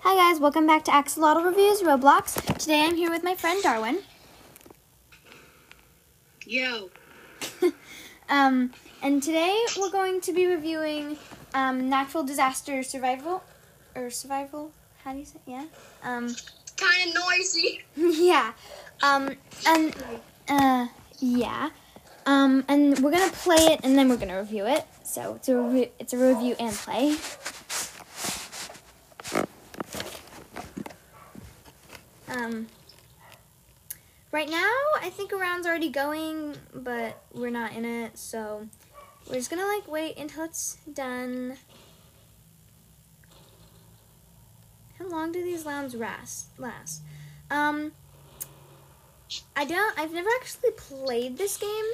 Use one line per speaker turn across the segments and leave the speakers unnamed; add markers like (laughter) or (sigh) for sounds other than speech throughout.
Hi guys, welcome back to Axolotl Reviews Roblox. Today I'm here with my friend Darwin.
Yo,
Um, and today we're going to be reviewing um, natural disaster survival or survival. How do you say? Yeah. Um,
kind of noisy.
(laughs) yeah. Um, and uh, yeah. Um, and we're gonna play it and then we're gonna review it. So it's a re- it's a review and play. Um, right now I think a round's already going, but we're not in it, so we're just gonna like wait until it's done. How long do these rounds last? Last. Um, I don't. I've never actually played this game,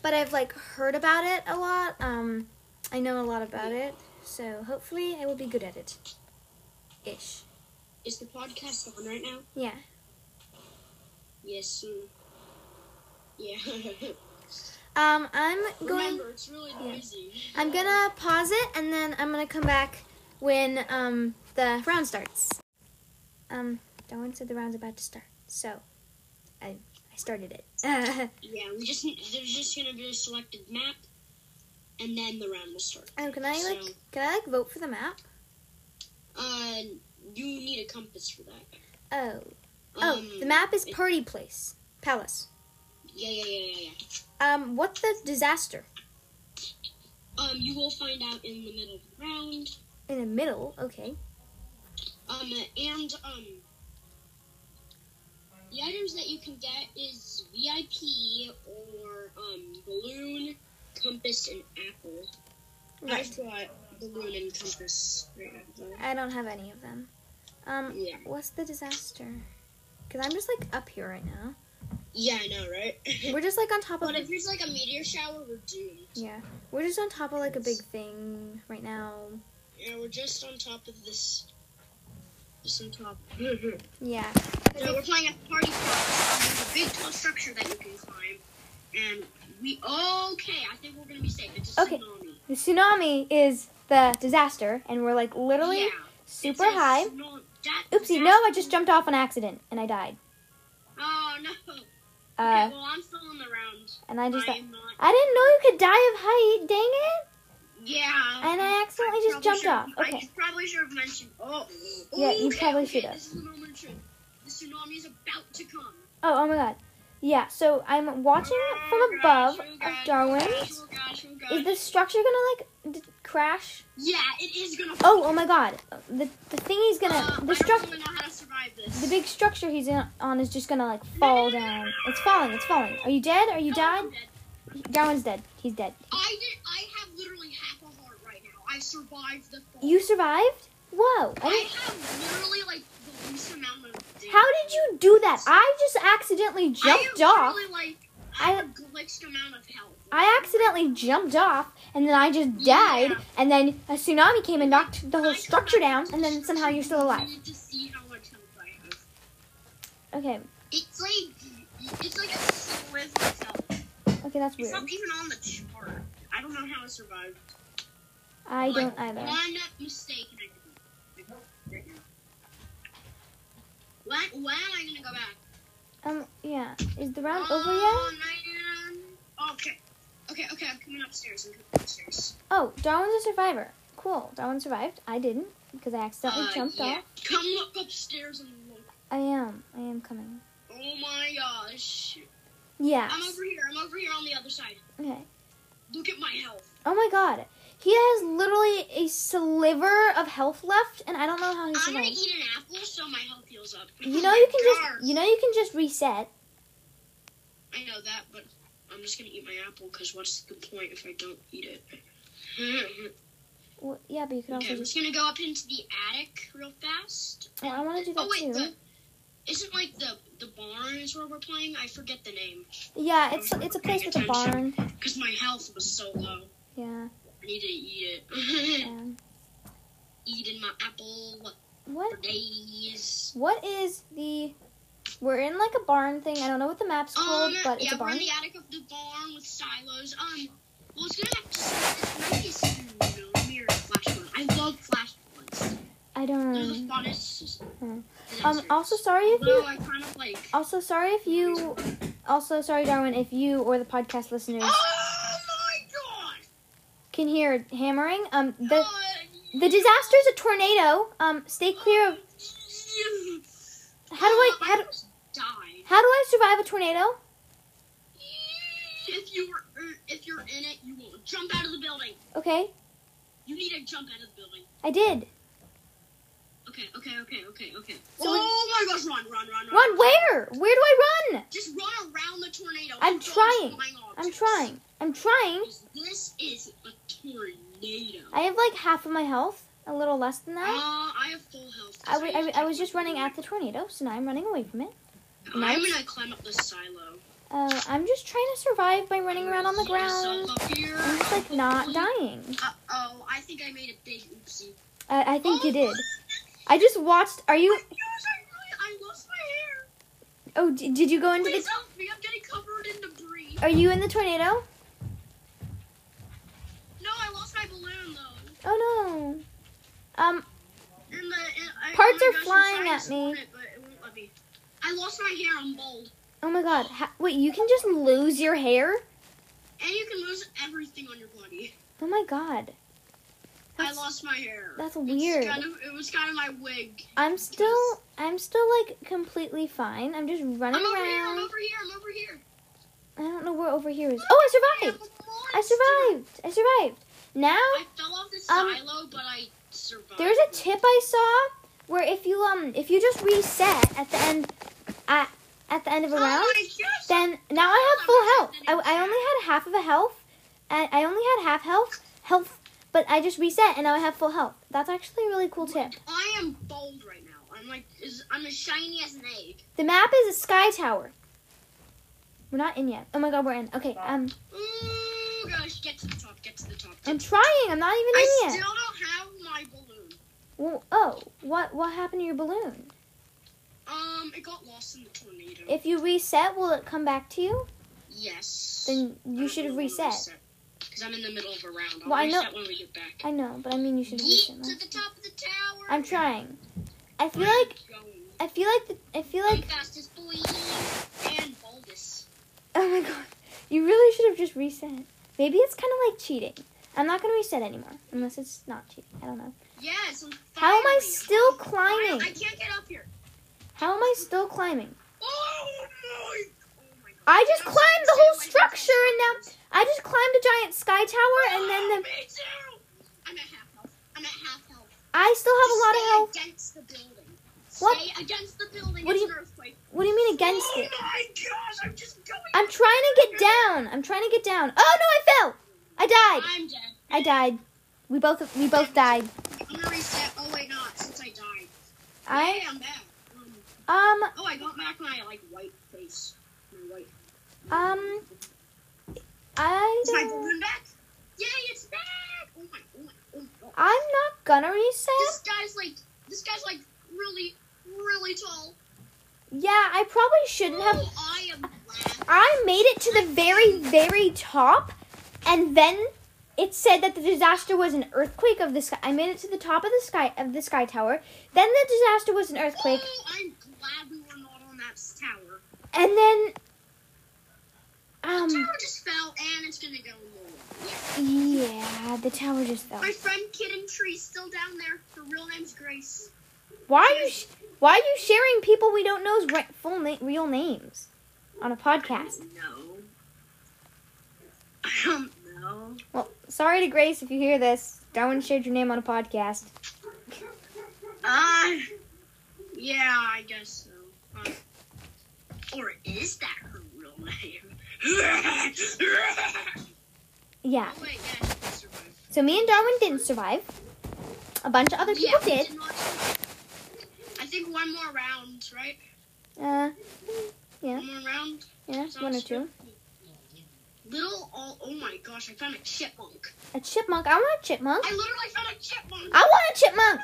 but I've like heard about it a lot. Um, I know a lot about it, so hopefully I will be good at it. Ish.
Is the podcast on right now?
Yeah.
Yes. mm. Yeah. (laughs)
Um, I'm going.
Remember, it's really
Yeah.
noisy.
I'm gonna pause it and then I'm gonna come back when um the round starts. Um, Darwin said the round's about to start, so I I started it. (laughs) Um,
Yeah, we just there's just gonna be a selected map, and then the round will start.
um, can I like can I like vote for the map?
Uh, you need a compass for that.
Oh, oh,
Um,
the map is
it-
Party Place Palace.
Yeah, yeah, yeah, yeah, yeah.
Um, what's the disaster?
Um, you will find out in the middle of the round.
In the middle, okay.
Um, and um, the items that you can get is VIP or um balloon, compass, and apple.
Right.
I've got balloon and compass right now. though.
I don't have any of them. Um,
Yeah.
what's the disaster? Because I'm just like up here right (clears throat) now.
Yeah, I know, right? (laughs)
We're just like on top of.
but if there's like a meteor shower, we're doomed.
Yeah, we're just on top of like a big thing right now.
Yeah, we're just on top of this. Just on top. (laughs)
Yeah.
So we're playing a party park. There's a big tall structure that you can climb. And we okay, I think we're gonna be safe. It's a
Okay.
tsunami.
The tsunami is the disaster, and we're like literally
Yeah.
super
It's a
high.
tsuno- that-
Oopsie,
that-
no, I just jumped off on accident and I died.
Oh no. Okay,
Uh,
well I'm still in the round.
and I just.
I am not
I didn't know you could die of height, dang it!
Yeah.
And I accidentally just
probably
jumped
should-
off.
I
Okay.
just probably should have mentioned. Oh.
Yeah, you
okay,
probably
okay,
should have.
This is the moment of truth. The tsunami is about to come.
Oh, oh my god. Yeah, so I'm watching from
Oh,
above
gosh, oh,
of
gosh,
Darwin.
oh, gosh, oh, gosh, oh, gosh.
Is the structure gonna like d- crash?
Yeah, it is gonna.
Oh, oh my god. The, the thing he's
Uh,
gonna. The
I don't
structure.
really know how to survive this.
The big structure he's in, on is just gonna like fall down. It's falling, it's falling. Are you dead? Are you
Oh, I'm
dead?
dead.
Darwin's dead. He's dead.
I did. I have literally half a heart right now. I survived the. Fall.
You survived? Whoa. I
I
didn't,
have literally like the least amount of. Damage.
how did you do that? I just accidentally jumped
I have
off.
literally, Like,
I-
I have a glitched amount of health.
I accidentally jumped off and then I just died
Yeah.
and then a tsunami came and knocked the whole
I
structure
cannot
down and then somehow you're still alive.
need to see how much health I have.
Okay.
It's like it's like a sliver of health.
Okay, that's
It's
weird.
not even on the chart. I don't know how I survived.
I don't
Like,
either.
One mistake and I did right now. When, when am I gonna go back?
Um yeah. Is the round over
oh,
yet?
man. Okay. Okay, okay, I'm coming upstairs. I'm coming upstairs.
Oh, Darwin's a survivor. Cool. Darwin survived. I didn't because I accidentally
Uh,
jumped
yeah.
off.
Come look upstairs and look.
I am. I am coming.
Oh my gosh.
Yeah.
I'm over here. I'm over here on the other side.
Okay.
Look at my health.
Oh my god. He has literally a sliver of health left, and I don't know how he's
I'm gonna
survived.
eat an apple so my health heals up.
You
Oh
know
my
you can
gosh.
just you know you can just reset.
I know that, but I'm just gonna eat my apple because what's the point if I don't eat (laughs) it?
Well, yeah, but you can
okay,
also
I'm
just.
just gonna go up into the attic real fast.
Oh, I want to do that
oh wait,
too.
the, isn't like the the barn is where we're playing? I forget the name
Yeah, it's it's a place with a barn.
because my health was so low.
Yeah.
I need to eat it. (laughs)
Um,
Eating my apple
what
for days.
what is the? We're in like a barn thing. I don't know what the map's called,
Um,
but it's
yeah,
a
we're
barn.
in the attic of the barn with silos. Um, well, it's gonna have to. It's gonna be a tsunami or a flash flood. I love flash floods.
I I don't
They're the
know.
funnest.
Um, Hmm. Um,
disasters.
also sorry if
Although
you. Oh,
I kind of like.
Also sorry if you. Also sorry, Darwin, if you or the podcast listeners
Oh my god!
can hear hammering. Um, the
Uh,
the disaster is a tornado. Um, stay clear of. How do I?
Oh,
How do,
almost died.
how do I survive a tornado?
If you were, er, if you're in it, you won't jump out of the building.
Okay,
You need to jump out of the building.
I did.
Okay, okay, okay, okay, okay.
So we-
oh my gosh! Run, run, run, run!
Run where? Where do I run?
Just run around the tornado.
I'm
Look at all these
trying.
flying
I'm
objects.
trying. I'm trying.
This is a tornado.
I have like half of my health, a little less than
Uh,
that.
I have full health. 'cause
I wa- I wa- I was just running
at.
at the tornado, so now I'm running away from it.
I'm gonna climb up the silo.
Uh, I'm just trying to survive by running around on the ground.
Up here.
I'm just like not dying.
Uh oh, I think I made a big oopsie.
I, I think
Oh,
you did.
my
I just watched. Are you?
gosh, I really, I lost my hair.
Oh, d- did you go into the?
Please help me, I'm getting covered in debris.
Are you in the tornado?
No, I lost my balloon though.
Oh no. Um,
And the, and I,
Parts
oh my
are
gosh, I'm
flying
trying to
at
sort
me.
It, but it won't let me. I lost my hair, I'm bald.
oh my God. Ha- wait, you can just lose your hair?
And you can lose everything on your body.
Oh my God.
I
That's-
lost my hair.
that's
It's
weird.
Kind of, it was kind of my wig.
I'm still, I'm still like completely fine. I'm just
I'm
running
over here, I'm
around.
over here, I'm over here.
I don't know where over here is. Oh, I survived! I survived! I survived. Now
I fell off the
Um,
silo, but I survived.
there's a tip I saw where if you um if you just reset at the end at at the end of a
oh
round,
my gosh,
then now I have full health. I, I only had half of a health. I, I only had half health health, but I just reset and now I have full health. That's actually a really cool tip.
I am bold right now. I'm like, is, I'm as shiny as an egg.
The map is a sky tower. We're not in yet. Oh my god, we're in. Okay, um,
Ooh, Oh gosh, get to the top, get to the top.
I'm trying. I'm not even in
I
yet.
still don't have my balloon.
Well, oh, what what happened to your balloon?
Um, it got lost in the tornado.
If you reset, will it come back to you?
yes.
Then you should have reset.
Because I'm in the middle of a round. I'll
Well, I know-
reset when we get back.
I know, but I mean you should have
Yeet
reset.
to
now.
the top of the tower.
I'm trying. I feel
I'm
like
going.
I feel like the, I feel
I'm
like (laughs)
fastest boy and boldest.
oh my god, you really should have just reset. Maybe it's kind of like cheating. I'm not gonna reset anymore unless it's not cheating. I don't know.
Yes. I'm
How am I
finally-
still
I, I
climbing?
can't get up here.
How am I still climbing?
Oh my! Oh my god.
I just
I'm
climbed the
so
whole
excited.
structure and now I just climbed a giant sky tower and
Oh,
then the,
(gasps) Me too. I'm at half health. I'm at half health.
I still have a lot of health.
Stay against the building.
What?
Stay against the building.
What do
it's
you-
an earthquake.
What do you mean against
oh
it?
my gosh! I'm just going.
I'm trying to get down. I'm trying to get down. Oh no, I fell. I died.
I'm dead.
I died. We both we both died.
I'm gonna reset. Oh wait, not since I died.
I
Hey, I'm back. Um,
um
oh, I got back my like white face. My white.
um I
Is my
don't,
balloon back? Yay! It's back! Oh my! Oh my! Oh my god.
I'm not gonna
This
reset.
guy's like, this guy's like really, really tall.
Yeah, I probably shouldn't have.
Oh, I am black.
I made it to the very very top, and then it said that the disaster was an earthquake of the sky. I made it to the top of the sky of the sky tower. Then the disaster was an earthquake,
Oh, I'm glad we were not on that tower.
and then
The
um
tower just fell, and it's gonna go lower. Yeah.
yeah, the tower just fell.
My friend Kid and Tree's still down there. Her real name's Grace.
Why are you sh- Why are you sharing people we don't know's ra- full na- real names on a podcast?
No. I don't know.
Well, sorry to Grace if you hear this. Darwin shared your name on a podcast.
Uh, yeah, I guess so. Uh, or is that her real name? oh,
Yeah.
wait, yeah, she survived.
So me and Darwin didn't survive. A bunch of other people
we
did.
did not survive. I think one more round, right?
Uh, Yeah.
One more round.
yeah, one or two.
Little all. Oh my gosh! I found a chipmunk.
A chipmunk. I want a chipmunk.
I literally found a chipmunk.
I want a chipmunk.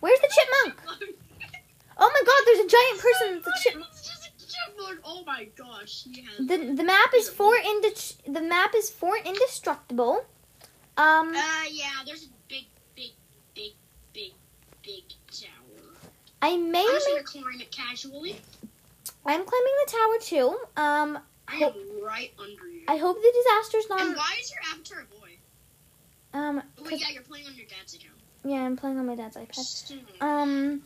Where's the chipmunk?
(laughs)
Oh my God! There's a giant person with a chipmunk.
It's just a chipmunk. Oh my gosh! He has.
The the map is for indi- the map is for indestructible. Um.
uh, yeah. There's a big, big, big, big, big
I may.
I'm just
make-
gonna climb it casually.
I'm climbing the tower too. Um,
I am right under you.
I hope the disaster's
and
not.
why is your avatar a boy?
Um,
Oh,
'cause-
wait, yeah, you're playing on your dad's account.
yeah, I'm playing on my dad's iPad.
Stupid.
Um,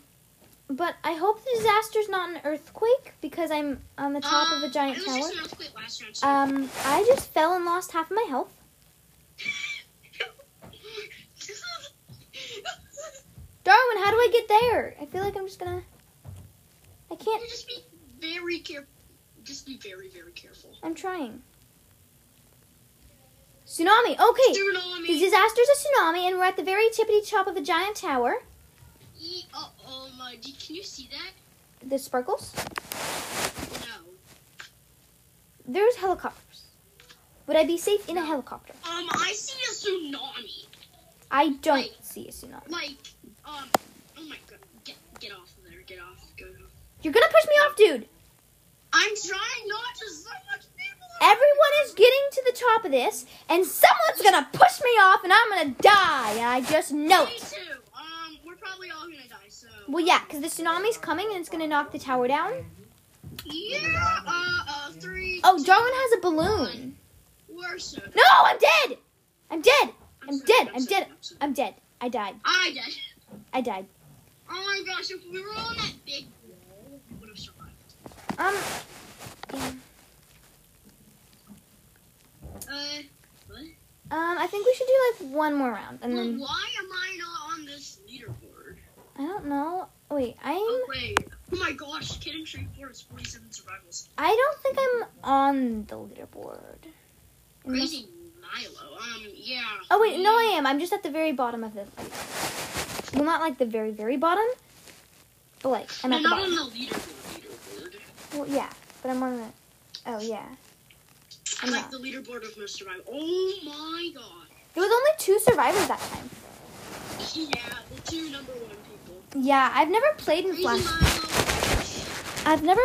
but I hope the disaster's not an earthquake because I'm on the top of a giant
Um, it was
tower.
just an earthquake last round. So
Um, I just fell and lost half of my health. Darwin, how do I get there? I feel like I'm just gonna. I can't.
(laughs) You just be very careful. Just be very, very careful.
I'm trying. Tsunami. Okay. The
Tsunami.
disaster's a tsunami, and we're at the very tippity top of a giant tower.
E- uh, um, uh, d- can you see that?
The sparkles.
No.
There's helicopters. Would I be safe in a helicopter?
Um, I see a tsunami.
I don't
Wait.
see a tsunami.
Like, um, oh my god, get get off of there. Get off. Go.
You're gonna push me off, dude.
I'm trying not to. So much people.
Eh,
are-
Everyone is getting to the top of this, and someone's gonna push me off, and I'm gonna die. And I just know
Me
it.
too. Um, we're probably all gonna die. So.
Well, yeah, because the tsunami's coming and it's gonna knock the tower down.
Yeah. Uh, uh, three.
Oh,
two,
Darwin has a balloon.
We're so.
No, I'm dead. I'm dead. I'm
so-
dead. I'm
so-
dead.
so-
I'm dead. I died.
I did.
I died.
Oh my gosh, if we were on that big wall, we would have survived.
Um, damn.
Uh, what?
um, I think we should do like one more round, and
Well,
then
why am I not on this leaderboard?
I don't know. Wait, I'm.
Oh wait. Oh my gosh, Kitten Tree Four is forty-seven survivals.
I don't think I'm on the leaderboard. Unless-
Crazy Milo. Um, yeah.
Oh wait, no, I am. I'm just at the very bottom of the. Well, not like the very, very bottom, but like I'm
I'm
at the
not on
bottom.
the leaderboard. Leaderboard.
Well, yeah, but I'm on the. Oh yeah, I'm
like
not.
the leaderboard of most survival. Oh my god.
There was only two survivors that time.
Yeah, the two number one people.
Yeah, I've never played in
Crazy
Flash.
Milo.
I've never.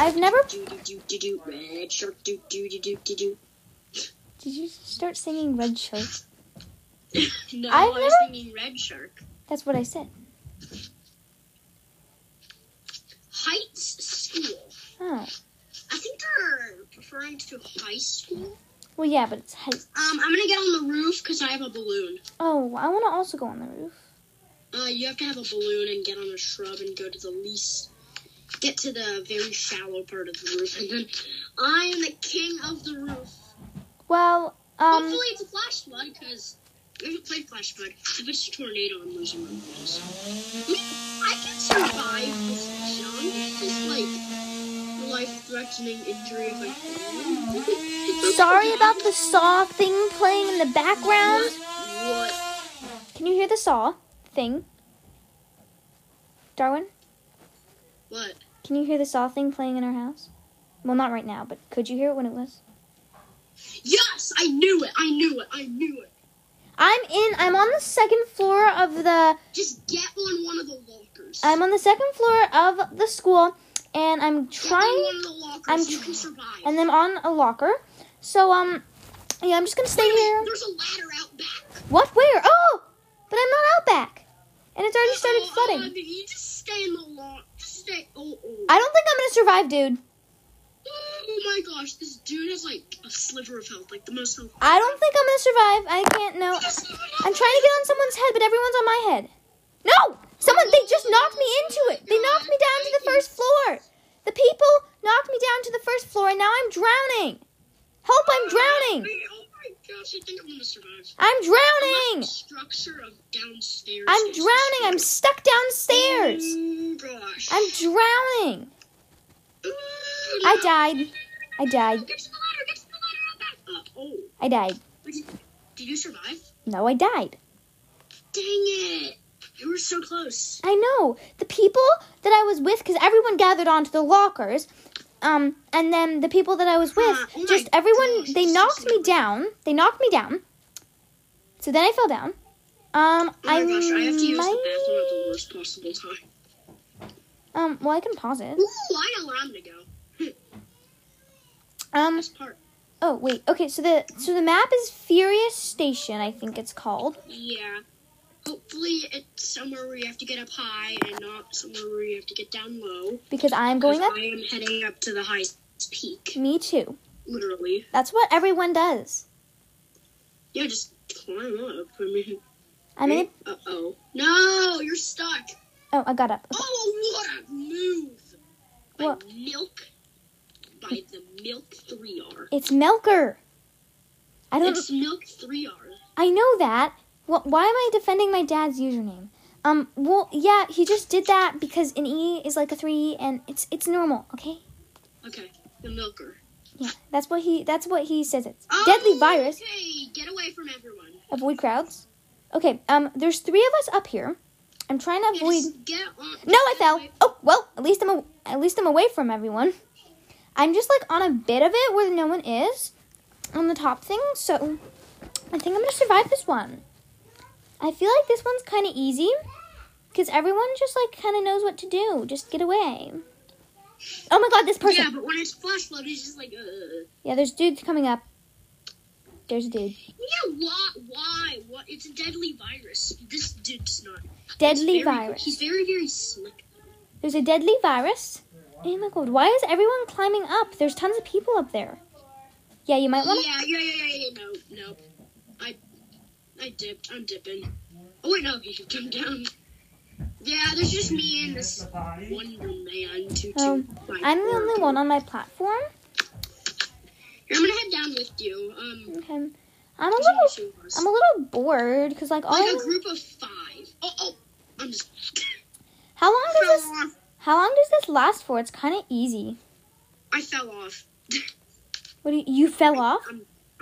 I've never.
Do do do do do. Red shark. Do do do do do do.
Did you start singing Red Shirt?
(laughs) No,
I've
I was
never-
thinking red shark.
That's what I said.
Heights School.
Oh.
I think they're referring to high school.
Well, yeah, but it's height.
Um, I'm gonna get on the roof because I have a balloon.
Oh, I want to also go on the roof.
Uh, you have to have a balloon and get on a shrub and go to the least, get to the very shallow part of the roof, and then I am the king of the roof.
Well, um.
Hopefully it's a flash flood because we haven't played flash flood. If it's a tornado, I'm losing my voice. I mean, I can survive this jump, this like life-threatening injury if I (laughs) fall.
Sorry about the saw thing playing in the background.
What? what?
Can you hear the saw thing? Darwin,
What?
can you hear the saw thing playing in our house? Well, not right now, but could you hear it when it was?
Yes, I knew it. I knew it. I knew it.
I'm in. I'm on the second floor of the.
Just get on one of the lockers.
I'm on the second floor of the school, and I'm
Get on
trying.
one of the lockers.
I'm
you
tr-
can survive.
And I'm on a locker. So um, yeah, I'm just gonna stay
Wait, wait,
here.
There's a ladder out back.
What? Where? Oh, but I'm not out back, and it's already started
Uh-oh, uh,
flooding.
you just stay in the lock. Just stay. Oh, oh.
I don't think I'm gonna survive, dude.
oh my gosh, this dude has like a sliver of health, like the most health.
I don't think I'm gonna survive. I can't. No.
He doesn't even have
I'm trying to get on someone's head, but everyone's on my head. No! Someone, they just knocked me into it. They knocked me down to the first floor. The people knocked me down to the first floor, and now I'm drowning. Help, I'm drowning.
Oh my gosh, I think I'm gonna survive.
I'm
Unless the
drowning.
Structure of downstairs.
I'm
is
drowning. I'm
destroyed.
stuck downstairs.
Oh gosh. Oh
I'm drowning. I died. I died.
Get to the ladder. Get to the ladder. I'm back up. Oh,
I died.
did you, did you survive?
No, I died.
Dang it! You were so close.
I know. The people that I was with, because everyone gathered onto the lockers, um, and then the people that I was with,
Huh, oh my
just everyone,
gosh,
they
this is
knocked me
amazing.
down. They knocked me down. So then I fell down. Um,
Oh my
I
gosh, I have to use the bathroom at the
might.
worst possible time.
Um, well, I can pause it.
Ooh, I allowed him to go.
Um,
This part.
oh wait. Okay, so the so the map is Furious Station, I think it's called.
Yeah. Hopefully, it's somewhere where you have to get up high and not somewhere where you have to get down low.
Because I'm going
'cause
up.
I am heading up to the highest peak,
Me too.
literally.
That's what everyone does.
Yeah, just climb up. I mean,
I mean,
uh oh. No, you're stuck.
oh, I got up.
Oh, what a move! By
What?
milk, by the milk three R.
It's Melker. I don't.
It's milk three R.
I know that. Wh- why am I defending my dad's username? Um. Well, yeah, he just did that because an E is like a three, and it's it's normal. Okay.
Okay, the milker.
Yeah, that's what he that's what he says. It's
Oh,
deadly virus.
Okay, get away from everyone.
Avoid crowds. Okay. Um. There's three of us up here. I'm trying to avoid.
Just get on.
No, I
get
fell.
away-
Oh well, at least I'm a- at least I'm away from everyone. I'm just like on a bit of it where no one is on the top thing, so I think I'm gonna survive this one. I feel like this one's kind of easy because everyone just like kind of knows what to do. Just get away. Oh my god, this person!
Yeah, but when it's flash flood, it's just like, uh.
yeah there's dudes coming up. There's a dude.
Yeah, why? Why? What? It's a deadly virus. This dude's not. he's
Deadly
very-
virus.
He's very, very slick.
There's a deadly virus. Oh my god, why is everyone climbing up? There's tons of people up there. Yeah, you might want to.
Yeah, yeah, yeah, yeah, yeah. No, no. I, I dipped. I'm dipping. Oh wait, no. You can come down. Yeah, there's just me and this Wonder Man. Two, two,
Um,
five,
I'm the
four.
only one on my platform.
Here, I'm gonna head down with you. Um,
Okay. I'm a little,
two of us.
I'm a little bored because like, all
like a
I,
group of five. Oh, oh.
(laughs)
I'm just.
how long does
fell
this,
off.
how long does this last for? It's kind of easy.
(laughs) I fell off.
What do you, you fell off?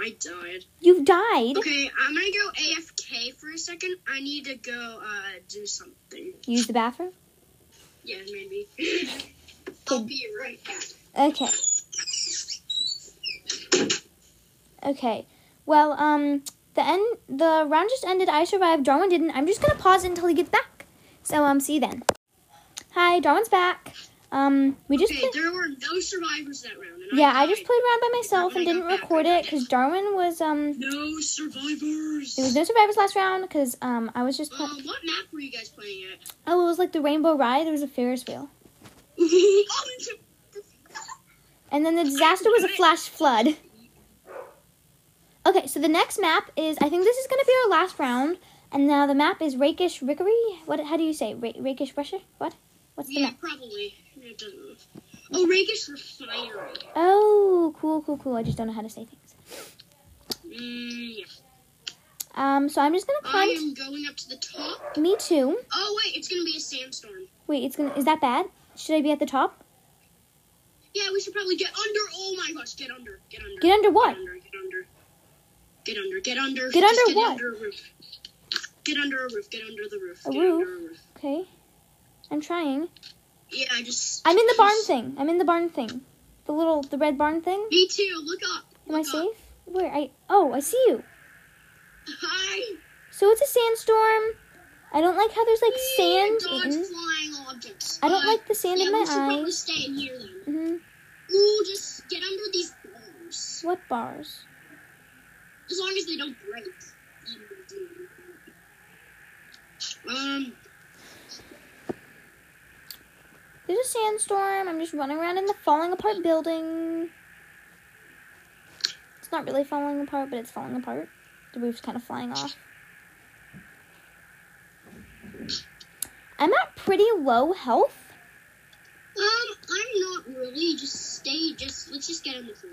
I died.
You died.
Okay, I'm gonna go AFK for a second. I need to go uh do something.
Use the bathroom.
Yeah, maybe. (laughs) I'll be right back.
Okay. Okay. Well, um, the end, the round just ended. I survived. Darwin didn't. I'm just gonna pause it until he gets back. So um, see you then. Hi, Darwin's back. Um, we just.
Okay,
played-
there were no survivors that round. And
yeah, I
died.
just played around by myself and didn't record it because Darwin was um
No survivors.
There was no survivors last round because um I was just playing.
Um, what map were you guys playing at? (laughs)
Oh, it was like the rainbow ride. There was a Ferris wheel,
Oh, it's a-
and then the disaster was a flash flood. Okay, so the next map is I think this is gonna be our last round, and now the map is Rakish Rickery. What? How do you say Ra- Rakish Russia? What? What's the
yeah,
map?
probably. It doesn't know. Oh, Rakish Refinery.
Oh, cool, cool, cool. I just don't know how to say things.
Mm, yeah.
Um, so I'm just gonna
I
climb.
am going up to the top.
Me too.
Oh wait, it's gonna be a sandstorm.
Wait, it's gonna. Is that bad? Should I be at the top?
Yeah, we should probably get under. Oh my gosh, get under, get under.
Get under what?
Get under, get under. Get under, get under.
Get
Just
under
get
what?
Under a roof. Get under a roof, get under the roof.
A
get
roof?
Under a roof.
Okay. I'm trying.
Yeah, I just.
I'm in the barn thing. I'm in the barn thing. The little, the red barn thing.
Me too, look up.
Am I
look up.
safe? Where? I oh, I see you.
Hi.
So it's a sandstorm. I don't like how there's like sand
Dodge
in.
flying objects.
I don't
Uh,
like the sand
yeah,
in
we should
my
probably
eyes.
stay in here then.
hmm
Ooh, just get under these bars.
What bars?
As long as they don't break. Um,
There's a sandstorm. I'm just running around in the falling apart building. It's not really falling apart, but it's falling apart. The roof's kind of flying off. I'm at pretty low health.
Um, I'm not really. Just stay. Just let's just get on the floor.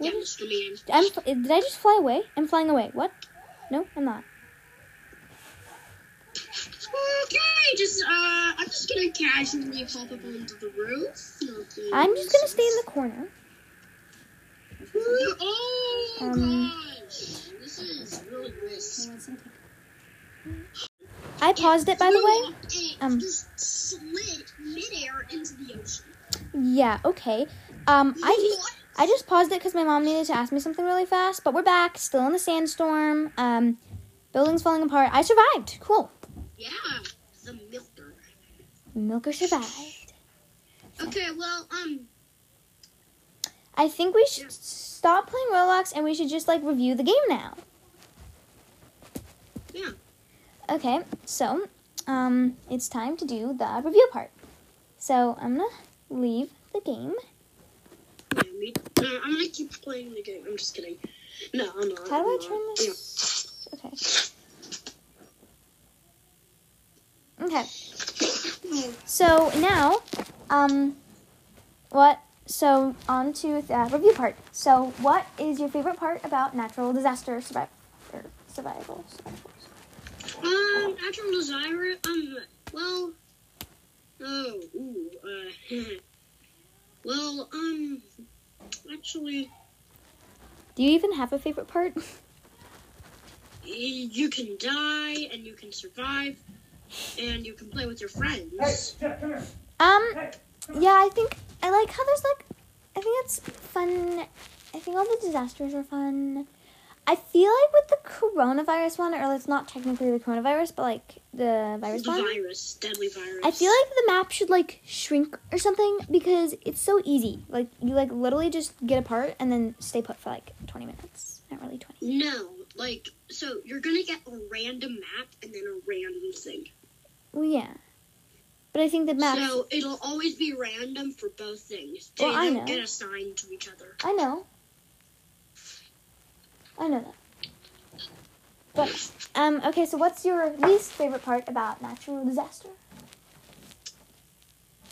Yeah,
What is-
Mr. Man.
I'm. Did I just fly away? I'm flying away. What? No, I'm not.
Okay, just uh, I'm just gonna casually pop up onto the roof. Nothing
I'm just gonna stay in the corner.
Ooh, Oh
Um,
gosh, this is really risky.
I paused it, by the way. um,
um, just slid midair into the ocean.
Yeah. Okay. Um, I
What?
I just paused it because my mom needed to ask me something really fast. But we're back, still in the sandstorm. Um, buildings falling apart. I survived. Cool.
Yeah, the milker.
Milker survived.
Okay, well, um,
I think we should stop playing Roblox and we should just like review the game now.
yeah.
Okay, so um, it's time to do the review part. So I'm gonna leave the game.
Yeah, me. No, I'm gonna keep playing the game. I'm just kidding. No, I'm not.
How do I
I'm
turn
not. Yeah.
this? Okay. Okay. So now, um, what? So on to the review part. So what is your favorite part about natural disaster survival? Survival. survival?
Um, natural desire. Um, well, oh, ooh, uh, (laughs) well, um, actually,
Do you even have a favorite part?
y- you can die and you can survive, and you can play with your friends.
Um, yeah, I think I like how there's like, I think it's fun. I think all the disasters are fun. I feel like with the coronavirus one, or it's not technically the coronavirus, but like the virus
the
one.
virus, deadly virus.
I feel like the map should like shrink or something because it's so easy. Like you like literally just get apart and then stay put for like twenty minutes. Not really twenty.
no, like, so you're gonna get a random map and then a random thing.
Well, yeah, but I think the map.
So it'll always be random for both things. They
Well, I
don't
know.
get assigned to each other.
I know. I know that. But um, okay. So what's your least favorite part about natural disaster?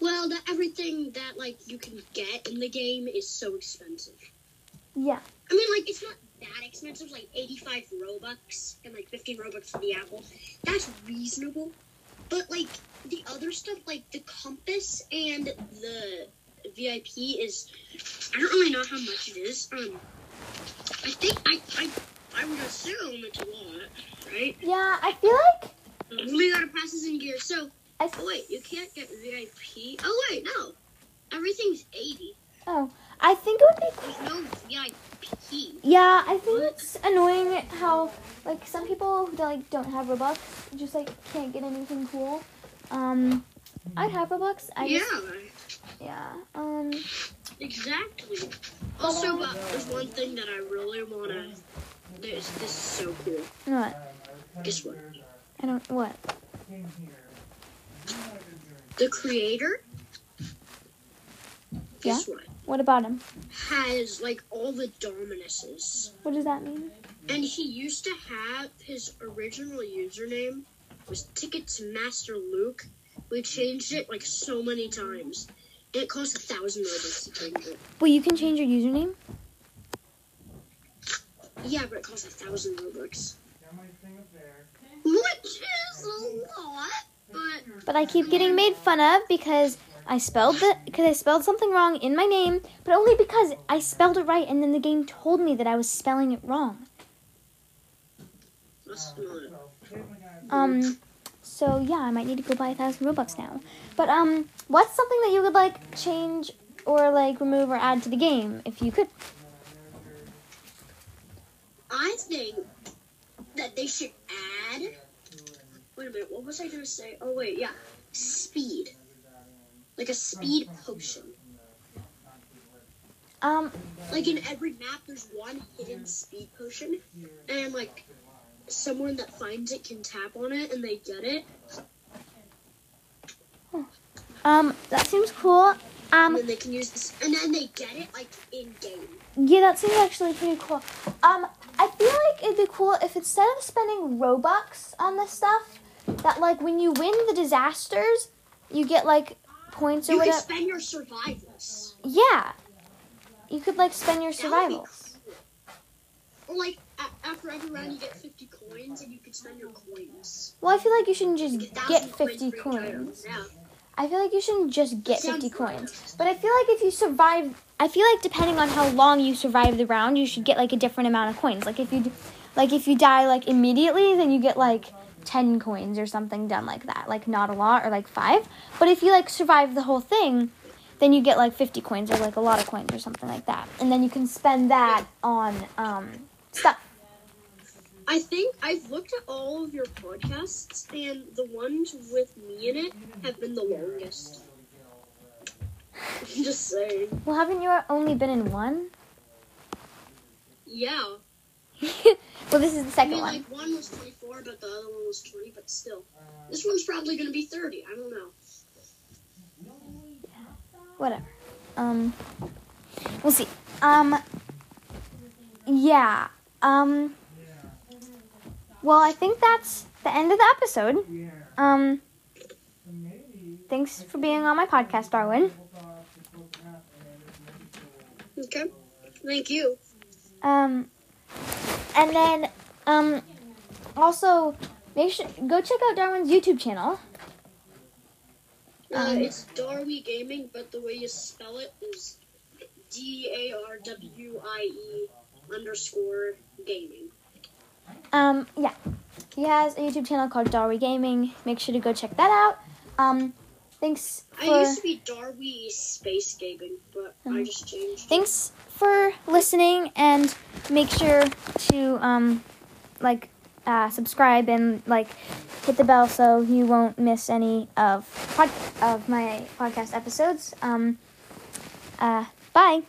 Well, that everything that like you can get in the game is so expensive.
Yeah.
I mean, like it's not that expensive, like eighty-five robux and like fifteen robux for the apple. That's reasonable. But like the other stuff, like the compass and the VIP is, I don't really know how much it is. Um, I think I I, I would assume it's a lot, right? Um,
Yeah. I feel like
We got a processing gear, so
I. f-
oh wait, you can't get VIP. Oh wait, no, everything's eighty.
Oh, I think it would be cool.
There's no VIP.
Yeah, I think it's annoying how like some people who like don't have Robux just like can't get anything cool. Um, I have Robux. I
yeah,
just, yeah. Um,
exactly. Also, but there's one thing that I really wanna. This this is so cool.
what?
Guess what?
I don't what.
The creator. Guess what?
What about him?
Has like all the Dominuses,
What does that mean?
and he used to have his original username was Ticket to Master Luke. We changed it like so many times. And it cost a thousand robux to change it.
Well, you can change your username.
Yeah, but it costs a thousand robux. Which is a lot, but
But I keep getting made fun of because I spelled the because I spelled something wrong in my name, but only because I spelled it right and then the game told me that I was spelling it wrong.
that's not.
Um so yeah, I might need to go buy a thousand Robux now. But um what's something that you would like change or like remove or add to the game if you could?
I think that they should add. Wait a minute, what was I gonna say? Oh wait, yeah, speed, like a speed potion.
Um
Like in every map, there's one hidden speed potion, and like someone that finds it can tap on it and they get it.
um that seems cool. Um
And then they can use this, and then they get it like in game.
yeah, that seems actually pretty cool. Um I feel like it'd be cool if instead of spending Robux on this stuff, that like when you win the disasters, you get like points or
You can
whatever.
spend your survivals.
Yeah. You could like spend your
That would be
survivals.
Or like a- after every round, you get 50 coins, and you can spend your coins.
Well, I feel like you shouldn't
You
just get
1,000
50
for each item.
coins.
Yeah.
I feel like you shouldn't just get
Sounds
50
good.
coins. But I feel like if you survive, I feel like depending on how long you survive the round, you should get like a different amount of coins. Like if you d- like if you die like immediately, then you get like 10 coins or something done like that. Like not a lot or like 5. But if you like survive the whole thing, then you get like 50 coins or like a lot of coins or something like that. And then you can spend that on um stuff.
I think I've looked at all of your podcasts, and the ones with me in it have been the longest. (laughs) Just saying.
Well, haven't you only been in one?
Yeah.
Well, this is the
I
second
mean,
one.
like one was 24, but the other one was 20, but still, this one's probably gonna be 30. I don't know.
Whatever. Um, we'll see. Um, yeah. Um, well, I think that's the end of the episode. Um, thanks for being on my podcast, Darwin.
Okay. Thank you.
Um, and then um, also make sure go check out Darwin's YouTube channel.
Uh,
Um,
it's Darwy Gaming, but the way you spell it is D A R W I E underscore gaming.
Um, yeah, he has a YouTube channel called Darwin Gaming. Make sure to go check that out. Um, thanks
I
for
used to be Darwy Space Gaming, but I
Mhm.
just changed.
thanks for listening, and make sure to um, like uh, subscribe and like hit the bell so you won't miss any of pod- of my podcast episodes. Um, uh, bye.